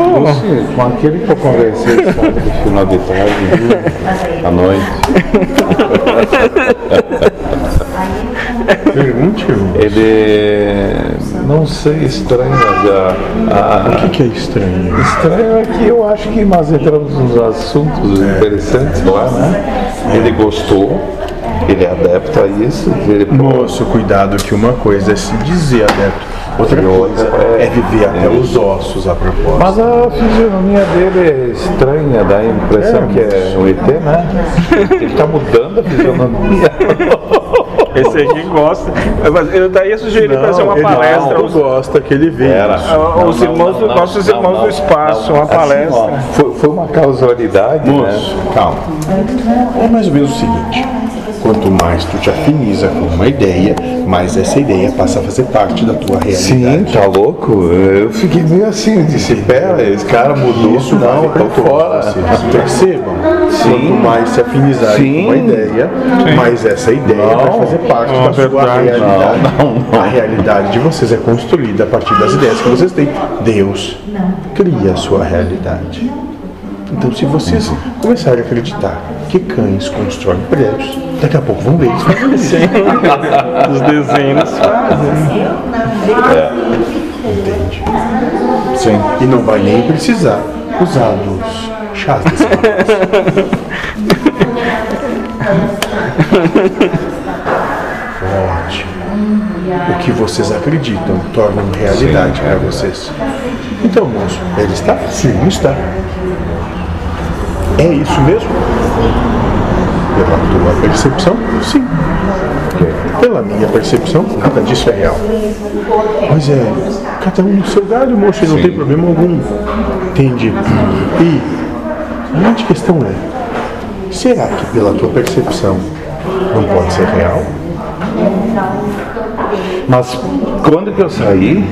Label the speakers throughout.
Speaker 1: Não, assim, com aquele que eu conversei só no final de tarde, à noite. Pergunte. Ele não sei estranha já.
Speaker 2: O que, que é estranho?
Speaker 1: Estranho é que eu acho que nós entramos nos assuntos interessantes lá, né? Ele gostou, ele é adepto a isso. Ele...
Speaker 2: Moço, cuidado que uma coisa é se dizer adepto. Outra coisa é, viver até os ossos a propósito.
Speaker 1: Mas a fisionomia dele é estranha, dá a impressão que é um ET, né? Ele tá mudando a fisionomia.
Speaker 3: Esse aqui gosta. Mas eu daí eu sugeri
Speaker 2: Não,
Speaker 3: fazer uma
Speaker 2: ele é
Speaker 3: palestra. né?
Speaker 2: não
Speaker 3: os-
Speaker 2: gosta que ele veio.
Speaker 1: Era.
Speaker 3: ah, os
Speaker 1: Não, não,
Speaker 3: irmãos,
Speaker 1: não, não,
Speaker 3: nossos
Speaker 1: não,
Speaker 3: irmãos
Speaker 1: não,
Speaker 3: do espaço,
Speaker 1: não.
Speaker 3: uma
Speaker 1: Assim,
Speaker 3: palestra.
Speaker 1: ó, foi, foi uma causalidade,
Speaker 2: Moço,
Speaker 1: né?
Speaker 2: calma. É mais ou menos o seguinte: quanto mais tu te afiniza com uma ideia, mais essa ideia passa a fazer parte da tua
Speaker 1: Sim,
Speaker 2: realidade.
Speaker 1: tá louco? Eu fiquei meio assim, eu disse, pera, esse cara mudou,
Speaker 2: Isso
Speaker 1: não,
Speaker 2: vai
Speaker 1: então
Speaker 2: para
Speaker 1: tô
Speaker 2: é fora.
Speaker 1: fora.
Speaker 2: Vocês percebam.
Speaker 1: Sim.
Speaker 2: Quanto mais se afinizar com
Speaker 1: Sim.
Speaker 2: uma ideia, mais essa ideia vai fazer parte
Speaker 3: Não,
Speaker 2: da sua
Speaker 3: verdade.
Speaker 2: realidade. A realidade de vocês é construída a partir das ideias que vocês têm. Deus cria a sua realidade. Então, se vocês começarem a acreditar que cães constroem prédios, daqui a pouco vão ver eles fazendo isso.
Speaker 3: Os desenhos.
Speaker 2: Entende? Sim. E não vai nem precisar usar dos chás desse Ótimo. O que vocês acreditam tornam realidade para vocês. Então, moço, ele está? Sim, está. É isso mesmo? Pela tua percepção, sim. Pela minha percepção, nada disso é real. Mas é, cada um no seu galho, moço, e não tem problema algum. Entendi. E a grande questão é, será que pela tua percepção não pode ser real?
Speaker 1: Mas quando que eu saí,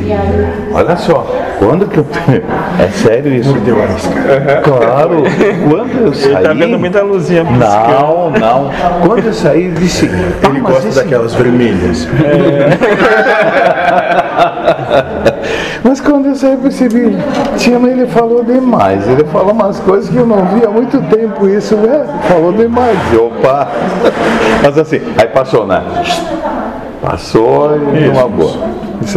Speaker 1: olha só, quando que eu. É sério isso?
Speaker 2: Deu a isca.
Speaker 1: Claro, quando eu saí.
Speaker 3: Ele tá vendo muita luzinha piscando.
Speaker 1: Não, não. Quando eu saí, eu disse. "Ah,
Speaker 2: Ele gosta daquelas vermelhas.
Speaker 1: Mas quando eu saí, eu percebi. Tino, ele falou demais. Ele falou umas coisas que eu não vi há muito tempo. Isso, né? Falou demais. E, Opa! Mas assim, aí passou, né? Passou e deu uma boa. Isso aí.